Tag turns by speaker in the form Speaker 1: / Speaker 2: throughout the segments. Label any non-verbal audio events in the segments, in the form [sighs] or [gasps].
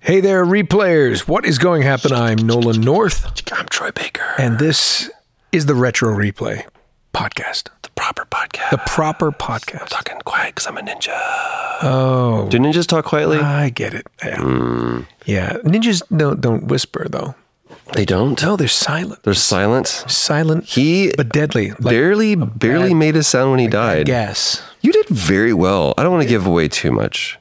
Speaker 1: Hey there, replayers. What is going to happen? I'm Nolan North,
Speaker 2: I'm Troy Baker.
Speaker 1: and this is the Retro Replay podcast,
Speaker 2: the proper podcast.
Speaker 1: the proper podcast.
Speaker 2: Talking quiet because I'm a ninja.
Speaker 1: Oh,
Speaker 2: Do ninjas talk quietly?
Speaker 1: I get it. Yeah. yeah. Ninjas don't, don't whisper, though.
Speaker 2: they don't.
Speaker 1: No, they're silent.
Speaker 2: There's silence.
Speaker 1: Silent
Speaker 2: He
Speaker 1: but deadly. Like
Speaker 2: barely, barely made a sound when he died.
Speaker 1: gas.
Speaker 2: You did very well. I don't want to give away too much.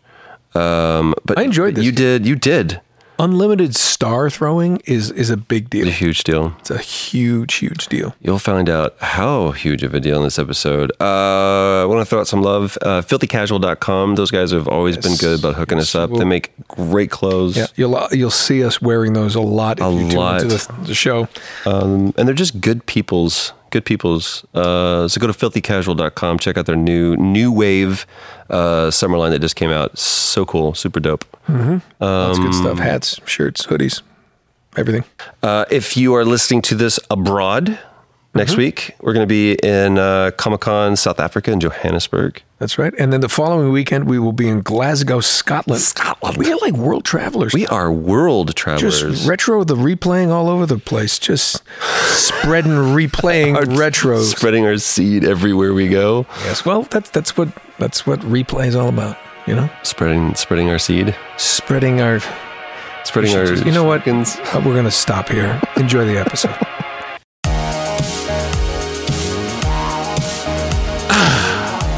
Speaker 2: Um, but
Speaker 1: I enjoyed
Speaker 2: but
Speaker 1: this.
Speaker 2: You did. You did.
Speaker 1: Unlimited star throwing is, is a big
Speaker 2: A
Speaker 1: deal.
Speaker 2: huge deal.
Speaker 1: It's a huge, huge deal.
Speaker 2: You'll find out how huge of a deal in this episode. Uh, I want to throw out some love. Uh, filthycasual.com. Those guys have always been good about hooking us up. They make great clothes.
Speaker 1: Yeah, you'll you'll see us wearing those a lot if
Speaker 2: A
Speaker 1: you tune
Speaker 2: lot.
Speaker 1: into the, the show.
Speaker 2: um, and they're just good people's good people's uh, so go to filthycasual.com check out their new new wave uh, summer line that just came out so cool super dope
Speaker 1: Lots of good
Speaker 2: Um,
Speaker 1: stuff: hats, shirts, hoodies, everything.
Speaker 2: uh, if you are listening to this abroad
Speaker 1: Mm-hmm.
Speaker 2: next week we're going to be in uh, comic-con south africa in johannesburg
Speaker 1: That's right. And then the following weekend, we will be in Glasgow, Scotland.
Speaker 2: Scotland.
Speaker 1: We are like world travelers.
Speaker 2: we are world travelers
Speaker 1: just retro the replaying all over the place. Just spreading,
Speaker 2: [laughs]
Speaker 1: replaying retros.
Speaker 2: spreading our seed everywhere we go
Speaker 1: yes. Well, that's that's what that's what replay is all about. You know,
Speaker 2: spreading spreading our seed
Speaker 1: spreading our.
Speaker 2: spreading our
Speaker 1: You know what?
Speaker 2: chickens.
Speaker 1: Uh, We're gonna stop here. Enjoy the episode.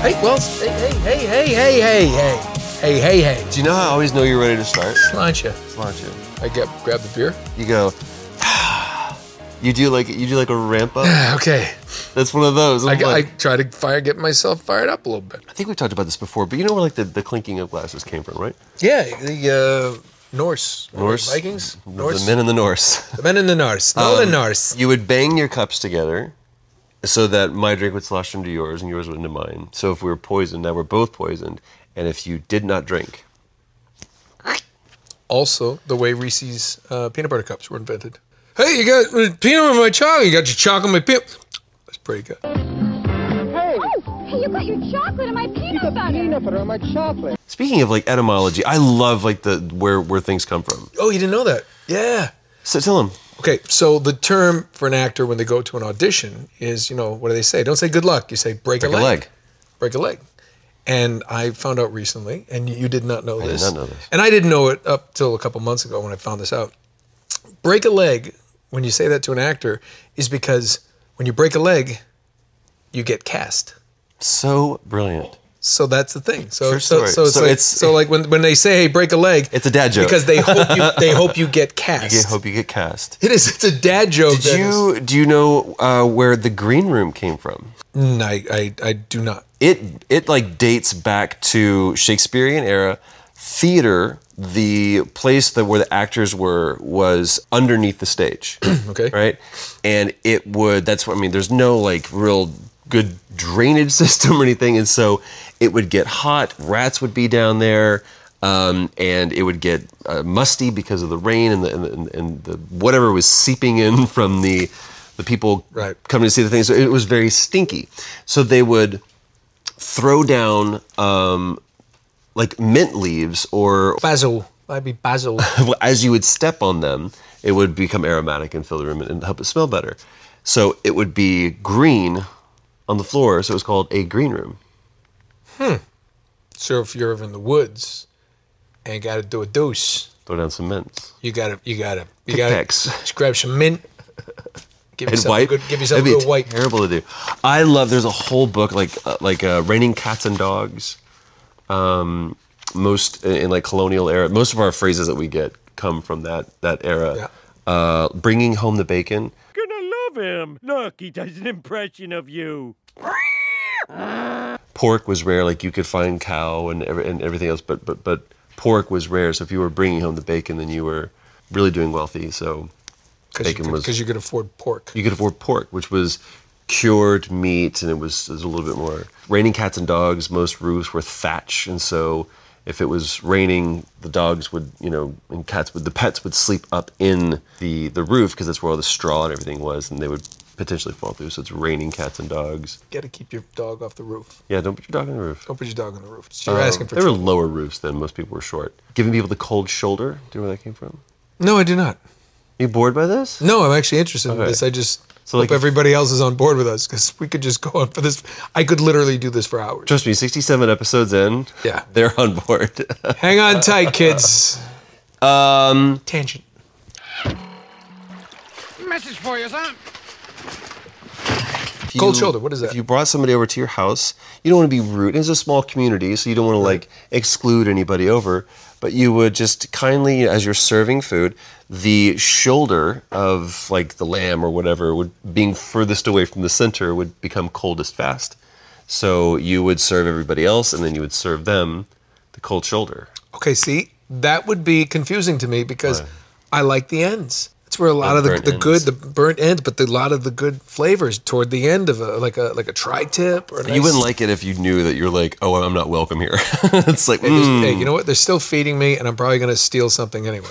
Speaker 3: Hey, well, hey, hey, hey, hey, hey, hey, hey, hey, hey,
Speaker 2: do you know how i always know you're ready to start
Speaker 3: launch you.
Speaker 2: launch it
Speaker 3: [laughs] I get grab the
Speaker 1: [sighs]
Speaker 3: beer.
Speaker 2: you go [sighs] you do like you do like a ramp up
Speaker 3: Okay,
Speaker 2: that's one of those I'm
Speaker 3: I,
Speaker 2: like- I,
Speaker 3: I try to fire get myself fired up a little bit.
Speaker 2: think we've talked about this before but you know where like the, the clinking of glasses came from right
Speaker 3: Yeah, the uh, Norse, Um,
Speaker 2: Norse
Speaker 3: Vikings,
Speaker 2: the,
Speaker 3: Norse,
Speaker 2: men in the Norse [laughs]
Speaker 3: the men in the Norse, no the Norse.
Speaker 2: you would bang your cups together so that my drink would slosh into yours and yours would into mine so if we were poisoned now we're both poisoned and if you did not drink
Speaker 3: Also, the way Reese's uh, peanut butter cups were invented. Hey, you got uh, peanut in my chocolate. You got your chocolate in my peanut. That's pretty good.
Speaker 4: Oh, hey, you got your chocolate and my peanut butter.
Speaker 2: speaking of like etymology i love like the where where things come from
Speaker 3: Oh, you didn't know that? Yeah.
Speaker 2: so tell them
Speaker 3: Okay, so the term for an actor when they go to an audition is, you know, what do they say? Don't say good luck. You say break,
Speaker 2: Break a leg.
Speaker 3: Break a leg. And I found out recently, and you- you did not know
Speaker 2: did
Speaker 3: this.
Speaker 2: not know this.
Speaker 3: And I didn't know it up till a couple months ago when I found this out. Break a leg, when you say that to an actor, is because when you break a leg, you get cast.
Speaker 2: so brilliant
Speaker 3: So that's the thing. So
Speaker 2: True
Speaker 3: so,
Speaker 2: story.
Speaker 3: so, it's
Speaker 2: So
Speaker 3: like,
Speaker 2: it's-
Speaker 3: so like when when they say hey, break a leg,
Speaker 2: It's a dad joke.
Speaker 3: because they hope
Speaker 2: [laughs]
Speaker 3: you they hope you get cast.
Speaker 2: i hope you get cast
Speaker 3: it is. It's a dad joke.
Speaker 2: Did
Speaker 3: that is-
Speaker 2: you do you know uh, where the green room came from?
Speaker 3: Mm, I, I, I do not.
Speaker 2: It it like dates back to Shakespearean era theater. The place that where the actors were was underneath the stage.
Speaker 3: [clears throat] Okay.
Speaker 2: right? And it would. That's what I mean. There's no like real good drainage [laughs] system or anything, and so it would get hot. Rats would be down there. Um, and it would get uh, musty because of the rain and the, and the, and the whatever was seeping in [laughs] from the the people
Speaker 3: Right.
Speaker 2: coming to see the thing. So it was very stinky. So they would throw down um, like mint leaves or [laughs]
Speaker 3: Basil. I'd be
Speaker 5: [laughs]
Speaker 3: basil.
Speaker 2: as you would step on them, it would become aromatic and fill the room and help it smell better. So it would be green on the floor, so it was called a green room.
Speaker 3: so if you're ever in the woods and got to do a deuce,
Speaker 2: Throw down some mints.
Speaker 5: You gotta, you gotta, you
Speaker 2: Tic
Speaker 5: gotta
Speaker 2: Tacs.
Speaker 5: just grab
Speaker 2: [laughs]
Speaker 5: some mint. Give
Speaker 2: and
Speaker 5: yourself
Speaker 2: wipe.
Speaker 5: a good, give yourself a
Speaker 2: That'd be
Speaker 5: good wipe.
Speaker 2: Terrible to do. I love. There's a whole book like uh, like uh, raining cats and dogs. Um, most in, in, like colonial era. Most of our phrases that we get come from that that era. Uh, bringing home the bacon.
Speaker 6: gonna love him. Look, he does an impression of you.
Speaker 2: Pork was rare. Like you could find cow and every, and everything else, but but but pork was rare. So if you were bringing home the bacon, then you were really doing wealthy. So
Speaker 5: Because you,
Speaker 2: Bacon
Speaker 5: could-
Speaker 2: was-
Speaker 5: 'cause you could afford pork.
Speaker 2: you could afford pork, which was cured meat, and it was, it was a little bit more. Raining cats and dogs, most roofs were thatch, and so if it was raining, the dogs would, you know, and cats would, the pets would sleep up in the the roof because that's where all the straw and everything was, and they would potentially fall through. So it's raining cats and dogs.
Speaker 5: gotta keep your dog off the roof.
Speaker 2: Yeah, don't put your dog on the roof.
Speaker 5: Don't put your dog on the roof. You're
Speaker 2: Oh.
Speaker 5: asking for
Speaker 2: There were
Speaker 5: trouble.
Speaker 2: lower roofs then. Most people were short. Giving people the cold shoulder. Do you know where that came from?
Speaker 5: No, I do not.
Speaker 2: You bored by this?
Speaker 5: No, I'm actually interested in
Speaker 2: Okay.
Speaker 5: this. I just
Speaker 2: So,
Speaker 5: hope
Speaker 2: like, if-
Speaker 5: everybody else is on board with us because we could just go on for this. I could literally do this for hours.
Speaker 2: Trust me, 67 episodes in.
Speaker 5: Yeah.
Speaker 2: They're on board. [laughs]
Speaker 5: Hang on tight, kids.
Speaker 2: um,
Speaker 5: Tangent.
Speaker 7: Message for you, son.
Speaker 2: if
Speaker 5: Cold
Speaker 2: you-
Speaker 5: shoulder, what is that?
Speaker 2: If you brought somebody over to your house, you don't want to be rude. It's a small community, so you don't want to like exclude anybody over. But you would just kindly, as you're serving food, the shoulder of like the lamb or whatever would being furthest away from the center would become coldest fast. So you would serve everybody else, and then you would serve them the cold shoulder.
Speaker 5: Okay, see, that would be confusing to me because I like the ends. That's where a lot
Speaker 2: The
Speaker 5: of the,
Speaker 2: burnt
Speaker 5: the good,
Speaker 2: ends.
Speaker 5: the burnt ends, but the, a lot of the good flavors toward the end of a like a like a tri-tip or a
Speaker 2: You
Speaker 5: nice-
Speaker 2: wouldn't like it if you knew that you're like, oh, I'm not welcome here. [laughs] it's like,
Speaker 5: Hey, there's-
Speaker 2: mm,
Speaker 5: Hey, you know what? They're still feeding me, and I'm probably going to steal
Speaker 2: [laughs]
Speaker 5: something anyway.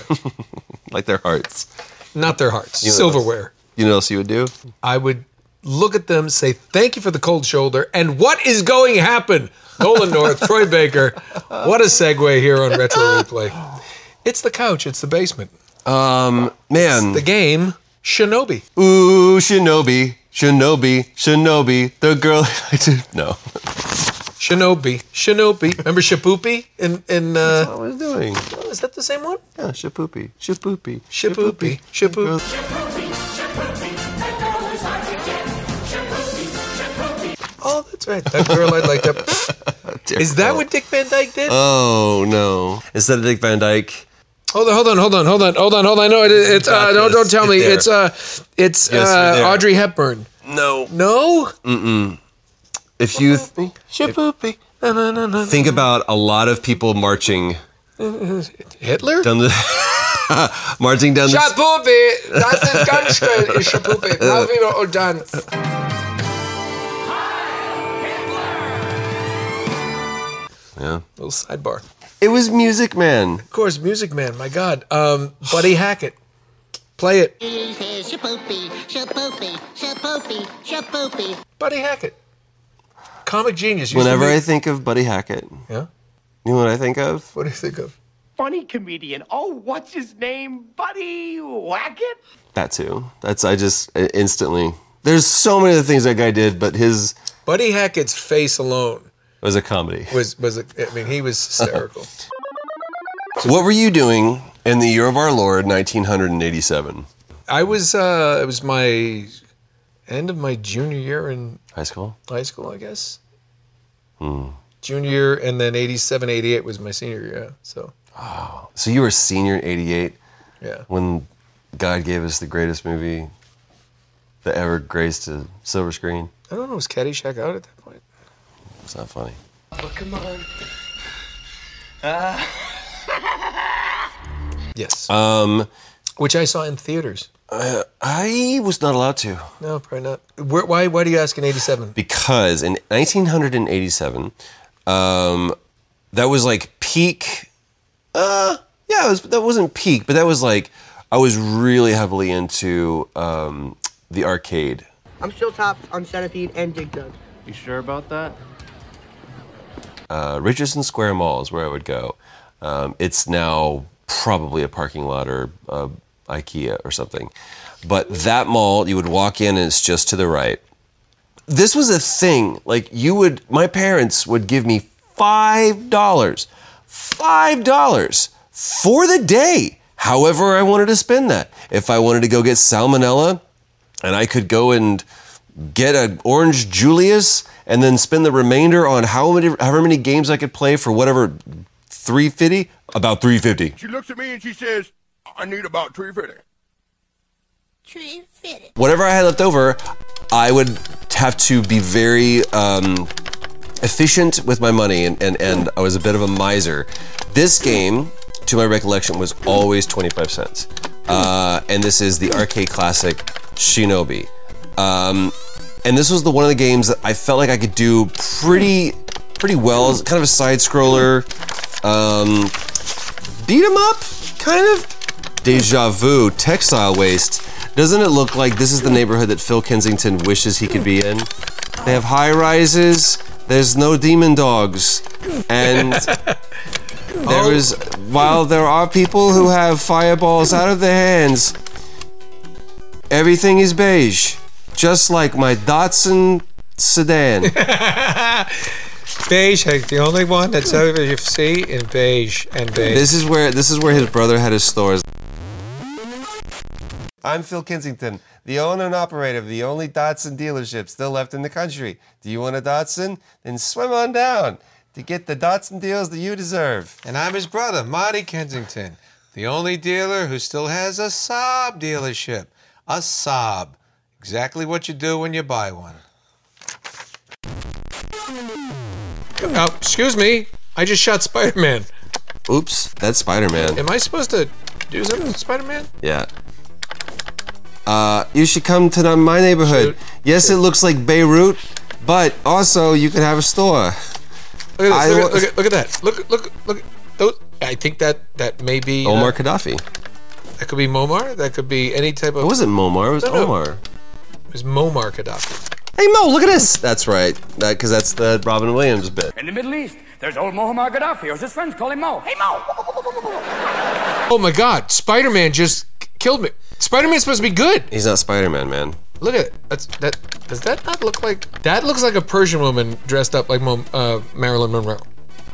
Speaker 2: like their hearts.
Speaker 5: Not their hearts,
Speaker 2: know what else?
Speaker 5: silverware.
Speaker 2: You know what else you would do?
Speaker 5: I would look at them, say thank you for the cold shoulder, and what is going to happen? Nolan North, Troy Baker. What a segue here on Retro Replay. It's the couch. It's the basement. Um,
Speaker 2: Man,
Speaker 5: The game, Shinobi.
Speaker 2: Ooh, Shinobi, Shinobi, Shinobi, the girl. [laughs] I did no.
Speaker 5: Shinobi, Shinobi. Remember Shapoopy? In in
Speaker 2: I
Speaker 5: uh,
Speaker 2: was doing
Speaker 5: is that the same one?
Speaker 2: yeah, Shapoopy, Shapoopy,
Speaker 5: Shapoopy, Shapoopy. Oh, that's right. That girl I'd like to. Is that what Dick Van Dyke did?
Speaker 2: Oh no! Instead of Dick Van Dyke,
Speaker 5: Hold on, hold on, hold on, hold on, hold on, hold on. No, it, it's
Speaker 2: got
Speaker 5: uh, no,
Speaker 2: this.
Speaker 5: don't tell
Speaker 2: Get
Speaker 5: me.
Speaker 2: there.
Speaker 5: It's uh, it's
Speaker 2: Yes, right
Speaker 5: uh,
Speaker 2: there.
Speaker 5: Audrey Hepburn.
Speaker 2: no.
Speaker 5: No,
Speaker 2: If you th-
Speaker 5: Shapoopy. No, no, no, no.
Speaker 2: think about a lot of people marching
Speaker 5: Hitler.
Speaker 2: down the [laughs] marching down the
Speaker 5: Shapoopy. Das ist ganz schnell. Ich Shapoopy. Mal wieder und dann.
Speaker 2: yeah.
Speaker 5: Little sidebar.
Speaker 2: It was Music Man.
Speaker 5: Of course, Music Man. My God, um, Buddy Hackett. Play it,
Speaker 8: Shapoopy, shapoopy, shapoopy, shapoopy.
Speaker 5: Buddy Hackett. Comic genius. Used to
Speaker 2: Whenever I
Speaker 5: make-
Speaker 2: think of Buddy Hackett, you
Speaker 5: yeah.
Speaker 2: know what I think of?
Speaker 5: What do you think of?
Speaker 6: Funny comedian. Oh, what's his name? Buddy Wackett?
Speaker 2: That too. That's I just I instantly. There's so many of the things that guy did, but his
Speaker 5: Buddy Hackett's face alone
Speaker 2: was a comedy.
Speaker 5: was was. a- I mean, he was
Speaker 2: [laughs]
Speaker 5: hysterical.
Speaker 2: What were you doing in the year of our Lord, 1987?
Speaker 5: I was uh it was my end of my junior year in
Speaker 2: High school.
Speaker 5: high school, I guess. Hmm. Junior year and then 87, 88 was my senior year. Yeah. So,
Speaker 2: So you were a senior in 88
Speaker 5: yeah.
Speaker 2: when God gave us the greatest movie that ever graced a silver screen.
Speaker 5: I don't know, was Caddyshack out at that point?
Speaker 2: It's not funny.
Speaker 5: Yes.
Speaker 2: Um,
Speaker 5: Which I saw in theaters.
Speaker 2: I was not allowed to
Speaker 5: No, probably not. Where, why why do you ask in 87?
Speaker 2: because in 1987, um, that was like peak. Uh, yeah, it was, that wasn't peak, but that was like I was really heavily into um, the arcade.
Speaker 9: I'm still top on Centipede and Dig Dug.
Speaker 7: You sure about that?
Speaker 2: uh, Richardson Square Mall is where I would go. Um, it's now probably a parking lot or uh, IKEA or something. But that mall, you would walk in and it's just to the right. This was a thing. Like you would, my parents would give me five dollars, five dollars for the day, however I wanted to spend that. If I wanted to go get salmonella and I could go and get an orange Julius and then spend the remainder on how many however many games I could play for whatever 350 about 350
Speaker 10: She looks at me and she says, I need about 350.
Speaker 8: Tree fitted.
Speaker 2: whatever I had left over, I would have to be very um, efficient with my money, and, and, and I was a bit of a miser. This game, to my recollection, was always 25 cents. Uh, and this is the arcade classic Shinobi. Um, and this was the one of the games that I felt like I could do pretty pretty well. It's kind of a side scroller, um, beat 'em up, kind of deja vu textile waste doesn't it look like this is the neighborhood that phil kensington wishes he could be in they have high rises there's no demon dogs and there is while there are people who have fireballs out of their hands everything is beige just like my datsun sedan
Speaker 5: Beige, like the only one that's ever you see in beige and beige.
Speaker 2: this is where this is where his brother had his stores I'm Phil Kensington, the owner and operator of the only Datsun dealership still left in the country. Do you want a Datsun? Then swim on down to get the Datsun deals that you deserve.
Speaker 5: And I'm his brother, Marty Kensington, the only dealer who still has a Saab dealership. A Saab. Exactly what you do when you buy one. Oh, excuse me. I just shot Spider Man.
Speaker 2: Oops, that's Spider Man.
Speaker 5: Am I supposed to do something with Spider Man?
Speaker 2: Yeah. Uh, you should come to the- my neighborhood.
Speaker 5: Shoot.
Speaker 2: Yes, it looks like Beirut, but also you could have a store.
Speaker 5: Look at
Speaker 2: I
Speaker 5: this. Look,
Speaker 2: wa-
Speaker 5: at, look, at, look at that. Look, look, look. Those, I think that that may be. uh,
Speaker 2: Omar Gaddafi.
Speaker 5: that could be Momar. That could be any type of.
Speaker 2: It wasn't Momar, it was
Speaker 5: No, no.
Speaker 2: Omar.
Speaker 5: It was Momar Gaddafi.
Speaker 2: Hey Mo, look at this. That's right. That because that's the Robin Williams bit.
Speaker 7: In the Middle East, there's old Muammar Gaddafi, or as his friends call him Mo. Hey, Mo!
Speaker 5: Oh my God! Spider Man just k- killed me. Spider Man's supposed to be good.
Speaker 2: He's not Spider-Man, man.
Speaker 5: Look at it. That's that. Does that not look like that? Looks like a Persian woman dressed up like Mom, uh, Marilyn Monroe.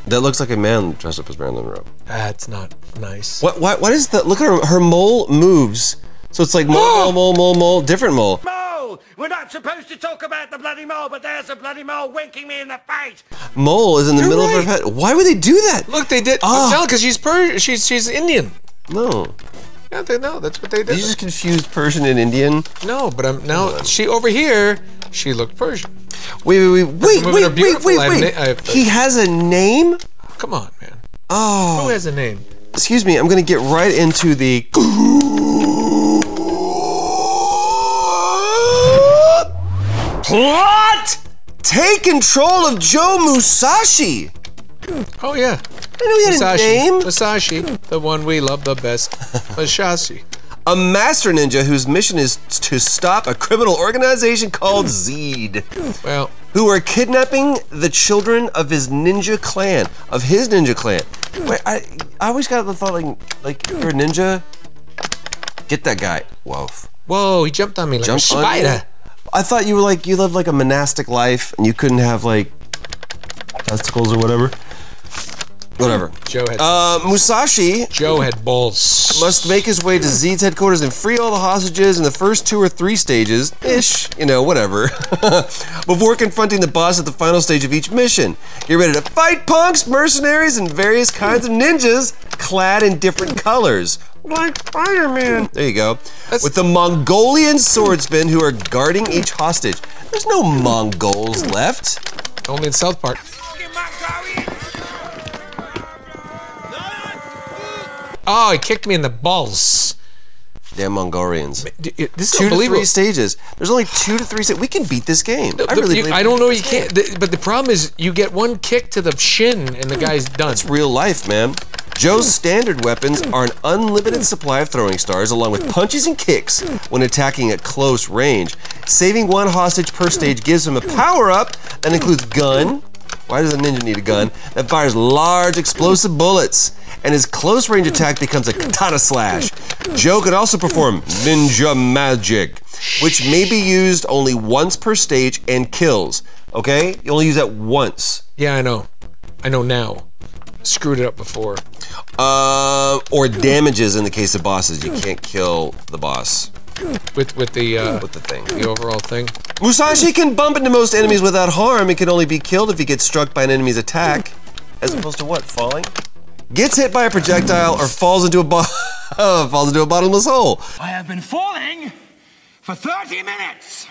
Speaker 2: That looks like a man dressed up as Marilyn Monroe.
Speaker 5: That's not nice.
Speaker 2: What? What? What is that? Look at her. Her mole moves. So it's like mole, mole, mole, mole, mole, different mole.
Speaker 7: Mo! We're not supposed to talk about the bloody Mo, but there's a bloody Mo winking me in the face!
Speaker 2: Mole is in the
Speaker 5: You're
Speaker 2: middle of her
Speaker 5: right.
Speaker 2: head. Why would they do that?
Speaker 5: Look, they did.
Speaker 2: Ah.
Speaker 5: I'm telling because she's per. She's she's Indian.
Speaker 2: No.
Speaker 5: Yeah, they know. That's what they
Speaker 2: Did
Speaker 5: did.
Speaker 2: you just confuse Persian and Indian?
Speaker 5: no, but I'm now. She over here. She looked Persian.
Speaker 2: Wait, wait, wait, wait,
Speaker 5: women are
Speaker 2: wait, wait,
Speaker 5: beautiful. I
Speaker 2: wait,
Speaker 5: have
Speaker 2: wait.
Speaker 5: na- I have-
Speaker 2: he has a name.
Speaker 5: Come on, man. Who
Speaker 2: Oh,
Speaker 5: has a name?
Speaker 2: excuse me. I'm gonna get right into the. Plot. Take control of Joe Musashi.
Speaker 5: Oh yeah,
Speaker 2: I know he had a
Speaker 5: Masashi.
Speaker 2: name.
Speaker 5: Masashi, the one we love the [laughs] best. Masashi.
Speaker 2: a master ninja whose mission is to stop a criminal organization called Zed,
Speaker 5: Well,
Speaker 2: who are kidnapping the children of his ninja clan, of his ninja clan. Wait, I, I always got the thought like, like you're a ninja, get that guy. Whoa,
Speaker 5: whoa, he jumped on me like a
Speaker 2: jump on
Speaker 5: spider.
Speaker 2: I thought you were like you lived like a monastic life and you couldn't have like testicles or whatever. Whatever.
Speaker 5: Joe had
Speaker 2: Uh, Musashi
Speaker 5: Joe had balls.
Speaker 2: must make his way to Zed's headquarters and free all the hostages in the first two or three stages, ish, you know, whatever, [laughs] before confronting the boss at the final stage of each mission. Get ready to fight punks, mercenaries, and various kinds of ninjas clad in different colors. Like Spider Man. There you go. With the Mongolian swordsmen who are guarding each hostage. There's no Mongols left.
Speaker 5: Only in South Park. Oh, he kicked me in the balls.
Speaker 2: Damn Mongolians.
Speaker 5: D- it- This is
Speaker 2: Two to
Speaker 5: unbelievable.
Speaker 2: three stages. There's only two to three. Sta- we can beat this game. I
Speaker 5: The-
Speaker 2: really.
Speaker 5: you-
Speaker 2: believe
Speaker 5: I
Speaker 2: we
Speaker 5: don't
Speaker 2: can
Speaker 5: know.
Speaker 2: beat
Speaker 5: You
Speaker 2: this game.
Speaker 5: can't. th- But the problem is, you get one kick to the shin, and the guy's done.
Speaker 2: It's real life, man. Joe's standard weapons are an unlimited supply of throwing stars, along with punches and kicks when attacking at close range. Saving one hostage per stage gives him a power up that includes gun. Why does a ninja need a gun? That fires large explosive bullets, and his close range attack becomes a katana slash. Joe could also perform ninja magic, which may be used only once per stage and kills. Okay? You only use that once.
Speaker 5: Yeah, I know. I know now. screwed it up before.
Speaker 2: Uh, or damages in the case of bosses. You can't kill the boss
Speaker 5: With with the uh,
Speaker 2: with the thing.
Speaker 5: the overall thing.
Speaker 2: Musashi can bump into most enemies without harm and can only be killed if he gets struck by an enemy's attack. As opposed to what? Falling? Gets hit by a projectile or falls into a bo- [laughs] falls into a bottomless hole.
Speaker 7: I have been falling for 30 minutes.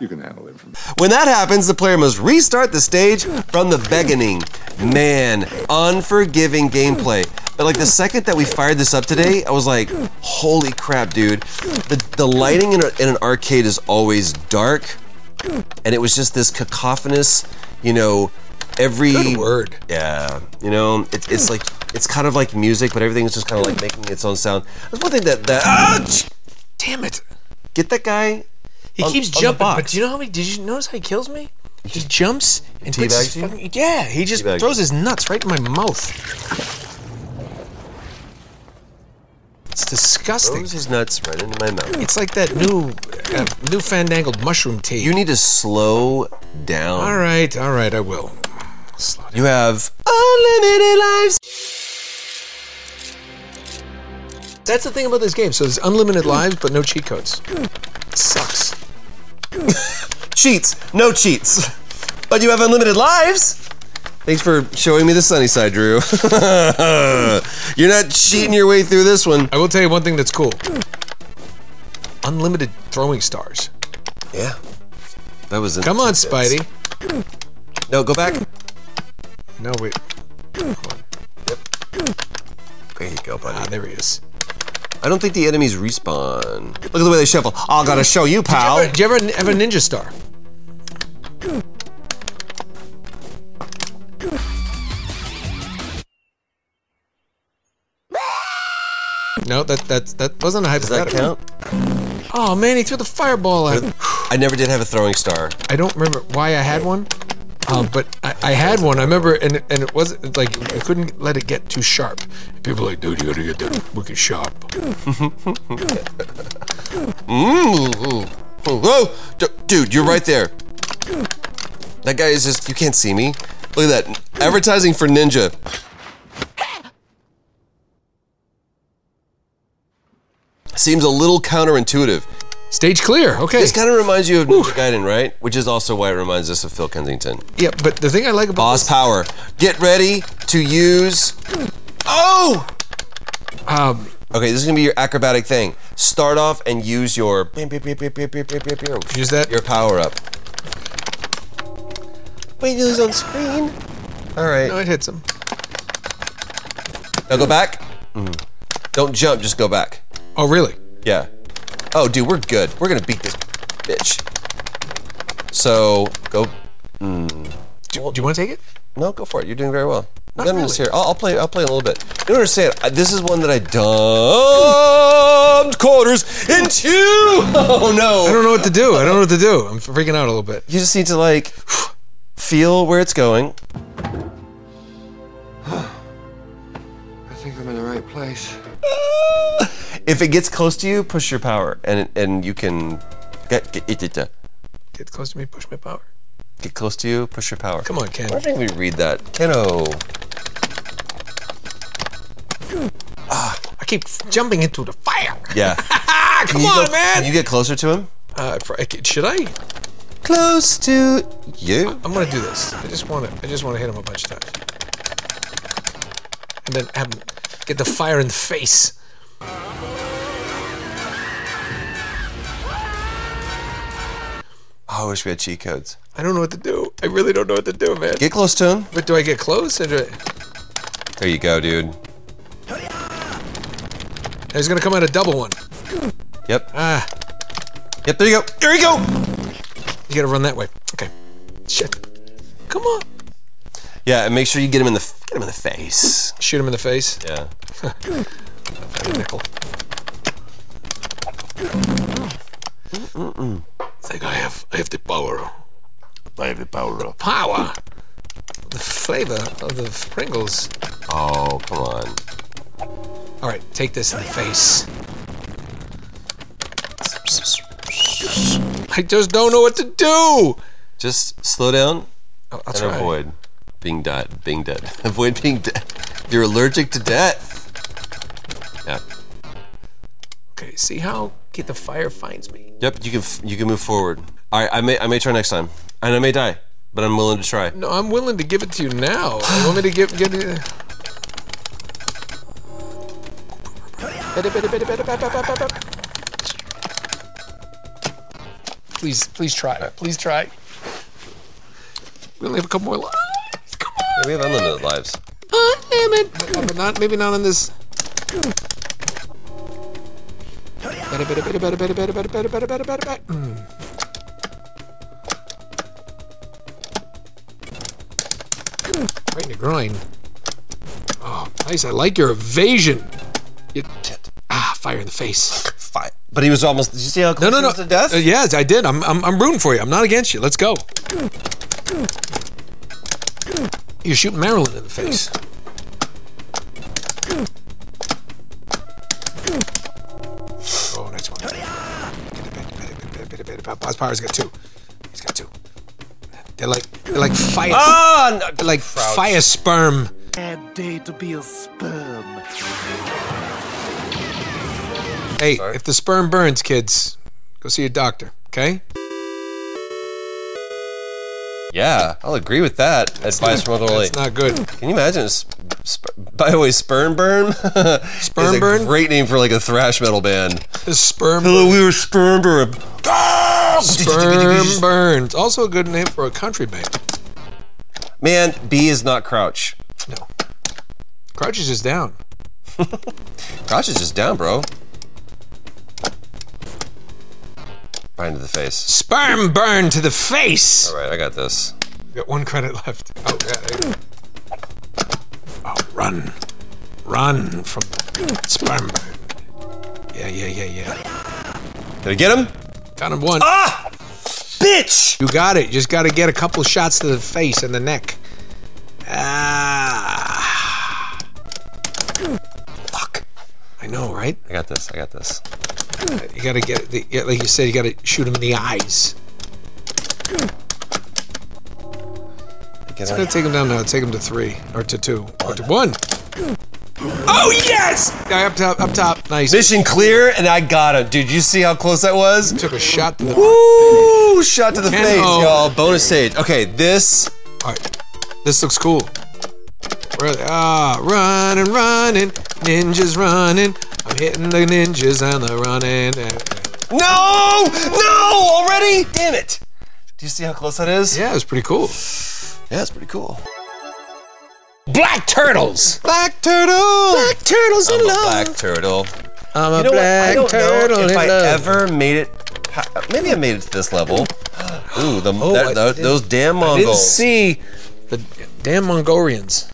Speaker 10: You can handle it from
Speaker 2: When that happens, the player must restart the stage from the beginning. Man, unforgiving gameplay. But like the second that we fired this up today, I was like, holy crap, dude. The, the lighting in, a, in an arcade is always dark. And it was just this cacophonous, you know, every
Speaker 5: Good word.
Speaker 2: yeah, you know, it, it's like it's kind of like music, but everything's just kind of like making its own sound. That's one thing that that Ouch!
Speaker 5: Damn it!
Speaker 2: get that guy.
Speaker 5: He
Speaker 2: on-
Speaker 5: keeps
Speaker 2: on the
Speaker 5: jumping. But
Speaker 2: box.
Speaker 5: do you know how he? Did you notice how he kills me? He jumps and puts his
Speaker 2: teabags you?
Speaker 5: fucking, yeah. He just
Speaker 2: Teabags
Speaker 5: throws
Speaker 2: you.
Speaker 5: his nuts right in my mouth. It's disgusting.
Speaker 2: throws his nuts right into my mouth.
Speaker 5: It's like that new, uh, new fandangled mushroom tea.
Speaker 2: You need to slow down.
Speaker 5: all right, all right, I will.
Speaker 2: You have unlimited lives.
Speaker 5: That's the thing about this game. So there's unlimited lives, but no cheat codes. Sucks.
Speaker 2: Cheats, no cheats, but you have unlimited lives. Thanks for showing me the sunny side, Drew. [laughs] You're not cheating your way through this one.
Speaker 5: I will tell you one thing that's cool. Unlimited throwing stars.
Speaker 2: Yeah, that was. in-
Speaker 5: Come on, Spidey.
Speaker 2: No, go back.
Speaker 5: No, wait.
Speaker 2: There you go, buddy.
Speaker 5: Ah, there he is.
Speaker 2: I don't think the enemies respawn. Look at the way they shuffle. I gotta show you, pal.
Speaker 5: Did Uh, you ever have a ninja star? No, that that that wasn't a
Speaker 2: Does that
Speaker 5: hypothetical.
Speaker 2: count?
Speaker 5: Oh man, he threw the fireball at. me.
Speaker 2: I never did have a throwing star.
Speaker 5: I don't remember why I had one, uh, but I, I had one. I remember, and it- and it wasn't like I couldn't let it get too sharp. People were like, dude, you gotta get that wicked sharp.
Speaker 2: Ooh. Whoa, D- dude, you're right there. That guy is just, you can't see me. Look at that. Advertising for Ninja. Seems a little counterintuitive.
Speaker 5: Stage clear. Okay.
Speaker 2: This kind of reminds you of Ninja Gaiden, right? Which is also why it reminds us of Phil Kensington.
Speaker 5: yeah, but the thing I like about
Speaker 2: Boss power. Get ready to use. Oh!
Speaker 5: um,
Speaker 2: Okay, this is gonna be your acrobatic thing. Start off and use your beep, beep, beep, beep, beep, beep, beep, beep, beep,
Speaker 5: Use that?
Speaker 2: your power up. Wait, it was on screen. All
Speaker 5: no,
Speaker 2: right,
Speaker 5: it hits him.
Speaker 2: now go back. Mm. Don't jump, just go back.
Speaker 5: Oh, really?
Speaker 2: Yeah. Oh, dude, we're good. We're gonna beat this bitch. So go.
Speaker 5: Do, do you want to take it?
Speaker 2: No, go for it. You're doing very well.
Speaker 5: Not
Speaker 2: Venom is
Speaker 5: really.
Speaker 2: here. I'll, I'll play. I'll play a little bit. You don't understand. I- This is one that I dumped quarters into. [laughs] Oh no!
Speaker 5: I don't know what to do. I don't know what to do. I'm freaking out a little bit.
Speaker 2: You just need to like feel where it's going.
Speaker 10: I think I'm in the right place.
Speaker 2: If it gets close to you, push your power, and and you can get get, get, get,
Speaker 5: Get close to me. Push my power.
Speaker 2: get close to you. Push your power.
Speaker 5: Come on, Ken.
Speaker 2: I think we read that. Keno.
Speaker 5: I keep jumping into the fire.
Speaker 2: Yeah.
Speaker 5: Ah, [laughs]
Speaker 2: Can
Speaker 5: come
Speaker 2: you
Speaker 5: on,
Speaker 2: go- Can
Speaker 5: man.
Speaker 2: you get closer to him?
Speaker 5: Uh, if I could- should I?
Speaker 2: Close to you.
Speaker 5: I'm gonna do this. I just want to. I just want to hit him a bunch of times, and then have him get the fire in the face.
Speaker 2: Oh, I wish we had cheat codes.
Speaker 5: I don't know what to do. I really don't know what to do, man.
Speaker 2: Get close to him.
Speaker 5: but do I get close? Or do I,
Speaker 2: There you go, dude.
Speaker 5: he's gonna come out a double one.
Speaker 2: Yep.
Speaker 5: Ah,
Speaker 2: Yep. There you go. There you go.
Speaker 5: you gotta run that way. Okay. Shit. Come on.
Speaker 2: Yeah, and make sure you get him in the f- get him in the face.
Speaker 5: Shoot him in the face.
Speaker 2: Yeah.
Speaker 5: nickel. It's like I have, I have the power. I have the power. Power. The flavor of the Pringles.
Speaker 2: Oh, come on.
Speaker 5: All right, take this in the face. I just don't know what to do.
Speaker 2: Just slow down
Speaker 5: I'll, I'll
Speaker 2: and
Speaker 5: try.
Speaker 2: avoid. Bing dot, Bing dot. [laughs] Avoid being dead. You're allergic to death. Yeah.
Speaker 5: Okay, see how get the fire finds me.
Speaker 2: Yep. You can f- you can move forward. All right. I may I may try next time, and I may die, but I'm willing to try.
Speaker 5: No, I'm willing to give it to you now. You want me to give give you? Please, please try. Please try. We only have a couple more lives. Come on.
Speaker 2: We have unlimited lives.
Speaker 5: Unlimited. Ah, But not maybe not on this. Better, better, better, better, better, better, better, better, better, better, better, better. Mm. Right in your groin. Oh, nice. I like your evasion. You, ah, fire in the face.
Speaker 2: Fine. But he was almost. Did you see how
Speaker 5: No,
Speaker 2: close
Speaker 5: no,
Speaker 2: he
Speaker 5: no.
Speaker 2: was to death?
Speaker 5: Uh, yes, I did. I'm, I'm, I'm rooting for you. I'm not against you. Let's go. You're shooting Marilyn in the face. Oh, nice one. Boss Power's got two. He's got two. They're like they're like fire.
Speaker 2: Ah, no,
Speaker 5: They're like fire sperm.
Speaker 7: Bad day to be a sperm.
Speaker 5: Hey, if the sperm burns, kids, go see your doctor. Okay?
Speaker 2: Yeah, I'll agree with that. Advice from Mother Lily.
Speaker 5: It's not good.
Speaker 2: Can you imagine? Sp- sp- by the way, Sperm Burn. [laughs] Sperm
Speaker 5: Burn?
Speaker 2: Great name for like a thrash metal band.
Speaker 5: The sperm
Speaker 2: Hello, we were Sperm [laughs] Burn. [laughs]
Speaker 5: Sperm Burns. Also a good name for a country band.
Speaker 2: Man, B is not Crouch.
Speaker 5: No. Crouches is down.
Speaker 2: Crouch is just down, bro. Right into the face.
Speaker 5: Sperm burn to the face.
Speaker 2: All right, I got this.
Speaker 5: Got one credit left. Oh, yeah. Oh, run. Run from the sperm burn. Yeah, yeah, yeah, yeah.
Speaker 2: Did I get him?
Speaker 5: Got him one.
Speaker 2: Ah! Bitch!
Speaker 5: You got it. You just got to get a couple shots to the face and the neck. Ah. Fuck. I know, right?
Speaker 2: I got this. I got this.
Speaker 5: You gotta get the, yeah, like you said, you gotta shoot him in the eyes.
Speaker 2: Get
Speaker 5: I'm gonna
Speaker 2: him.
Speaker 5: take him down now. Take him to three or to two or to Oh, one. Oh yes! Guy up top, up top. Nice.
Speaker 2: Mission clear, and I got him. Dude, you see how close that was? [laughs]
Speaker 5: took a shot. To the, all
Speaker 2: Woo! Shot to the
Speaker 5: Ten
Speaker 2: face,
Speaker 5: oh.
Speaker 2: y'all. Bonus stage. Okay, this.
Speaker 5: right. This looks cool. Where are they? Ah, running, running, ninjas running. I'm hitting the ninjas and they're running.
Speaker 2: No! No! Already? Damn it! Do you see how close that is?
Speaker 5: Yeah, it was pretty cool.
Speaker 2: Yeah, that's pretty cool.
Speaker 5: Black turtles.
Speaker 2: Black turtle!
Speaker 5: Black turtles in
Speaker 2: I'm a
Speaker 5: love.
Speaker 2: black turtle.
Speaker 5: I'm a
Speaker 2: You know what? I
Speaker 5: black
Speaker 2: don't
Speaker 5: turtle
Speaker 2: know if
Speaker 5: in
Speaker 2: I
Speaker 5: love.
Speaker 2: ever made it. ha- Maybe I made it to this level. [gasps] Ooh,
Speaker 5: [gasps]
Speaker 2: the, that-
Speaker 5: Oh, I
Speaker 2: tho- those damn
Speaker 5: didn't
Speaker 2: Mongols.
Speaker 5: see the damn Mongolians.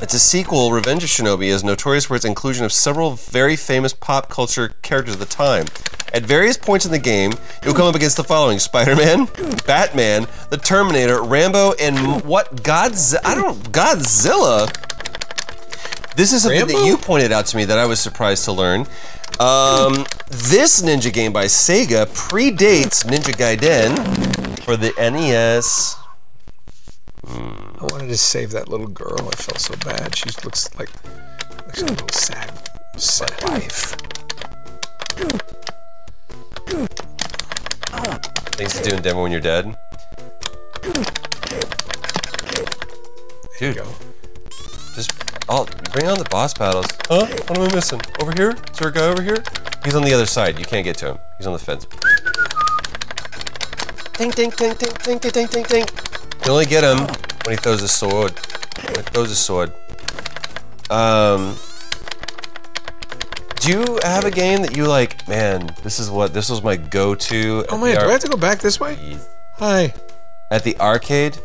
Speaker 2: It's a sequel. Revenge of Shinobi is notorious for its inclusion of several very famous pop culture characters of the time. At various points in the game, you'll come up against the following Spider-Man, Batman, the Terminator, Rambo, and m- what Godz I don't Godzilla. This is something
Speaker 5: Rambo?
Speaker 2: that you pointed out to me that I was surprised to learn. Um, this ninja game by Sega predates Ninja Gaiden for the E NES.
Speaker 5: I wanted to save that little girl. I felt so bad. She looks like looks a little sad, sad life.
Speaker 2: Things to do in Denver when you're dead.
Speaker 5: There you go.
Speaker 2: Just I'll bring on the boss battles. Huh? What am I missing? Over here? Is there a guy over here? He's on the other side. You can't get to him. He's on the fence. Ding ding ding ding ding ding ding ding ding. You only get him when he throws his sword. When he throws his sword. Um Do you have a game that you like, man, this is what this was my go-to at,
Speaker 5: Oh man,
Speaker 2: the,
Speaker 5: do
Speaker 2: ar-
Speaker 5: I have to go back this way? Hi.
Speaker 2: at the arcade?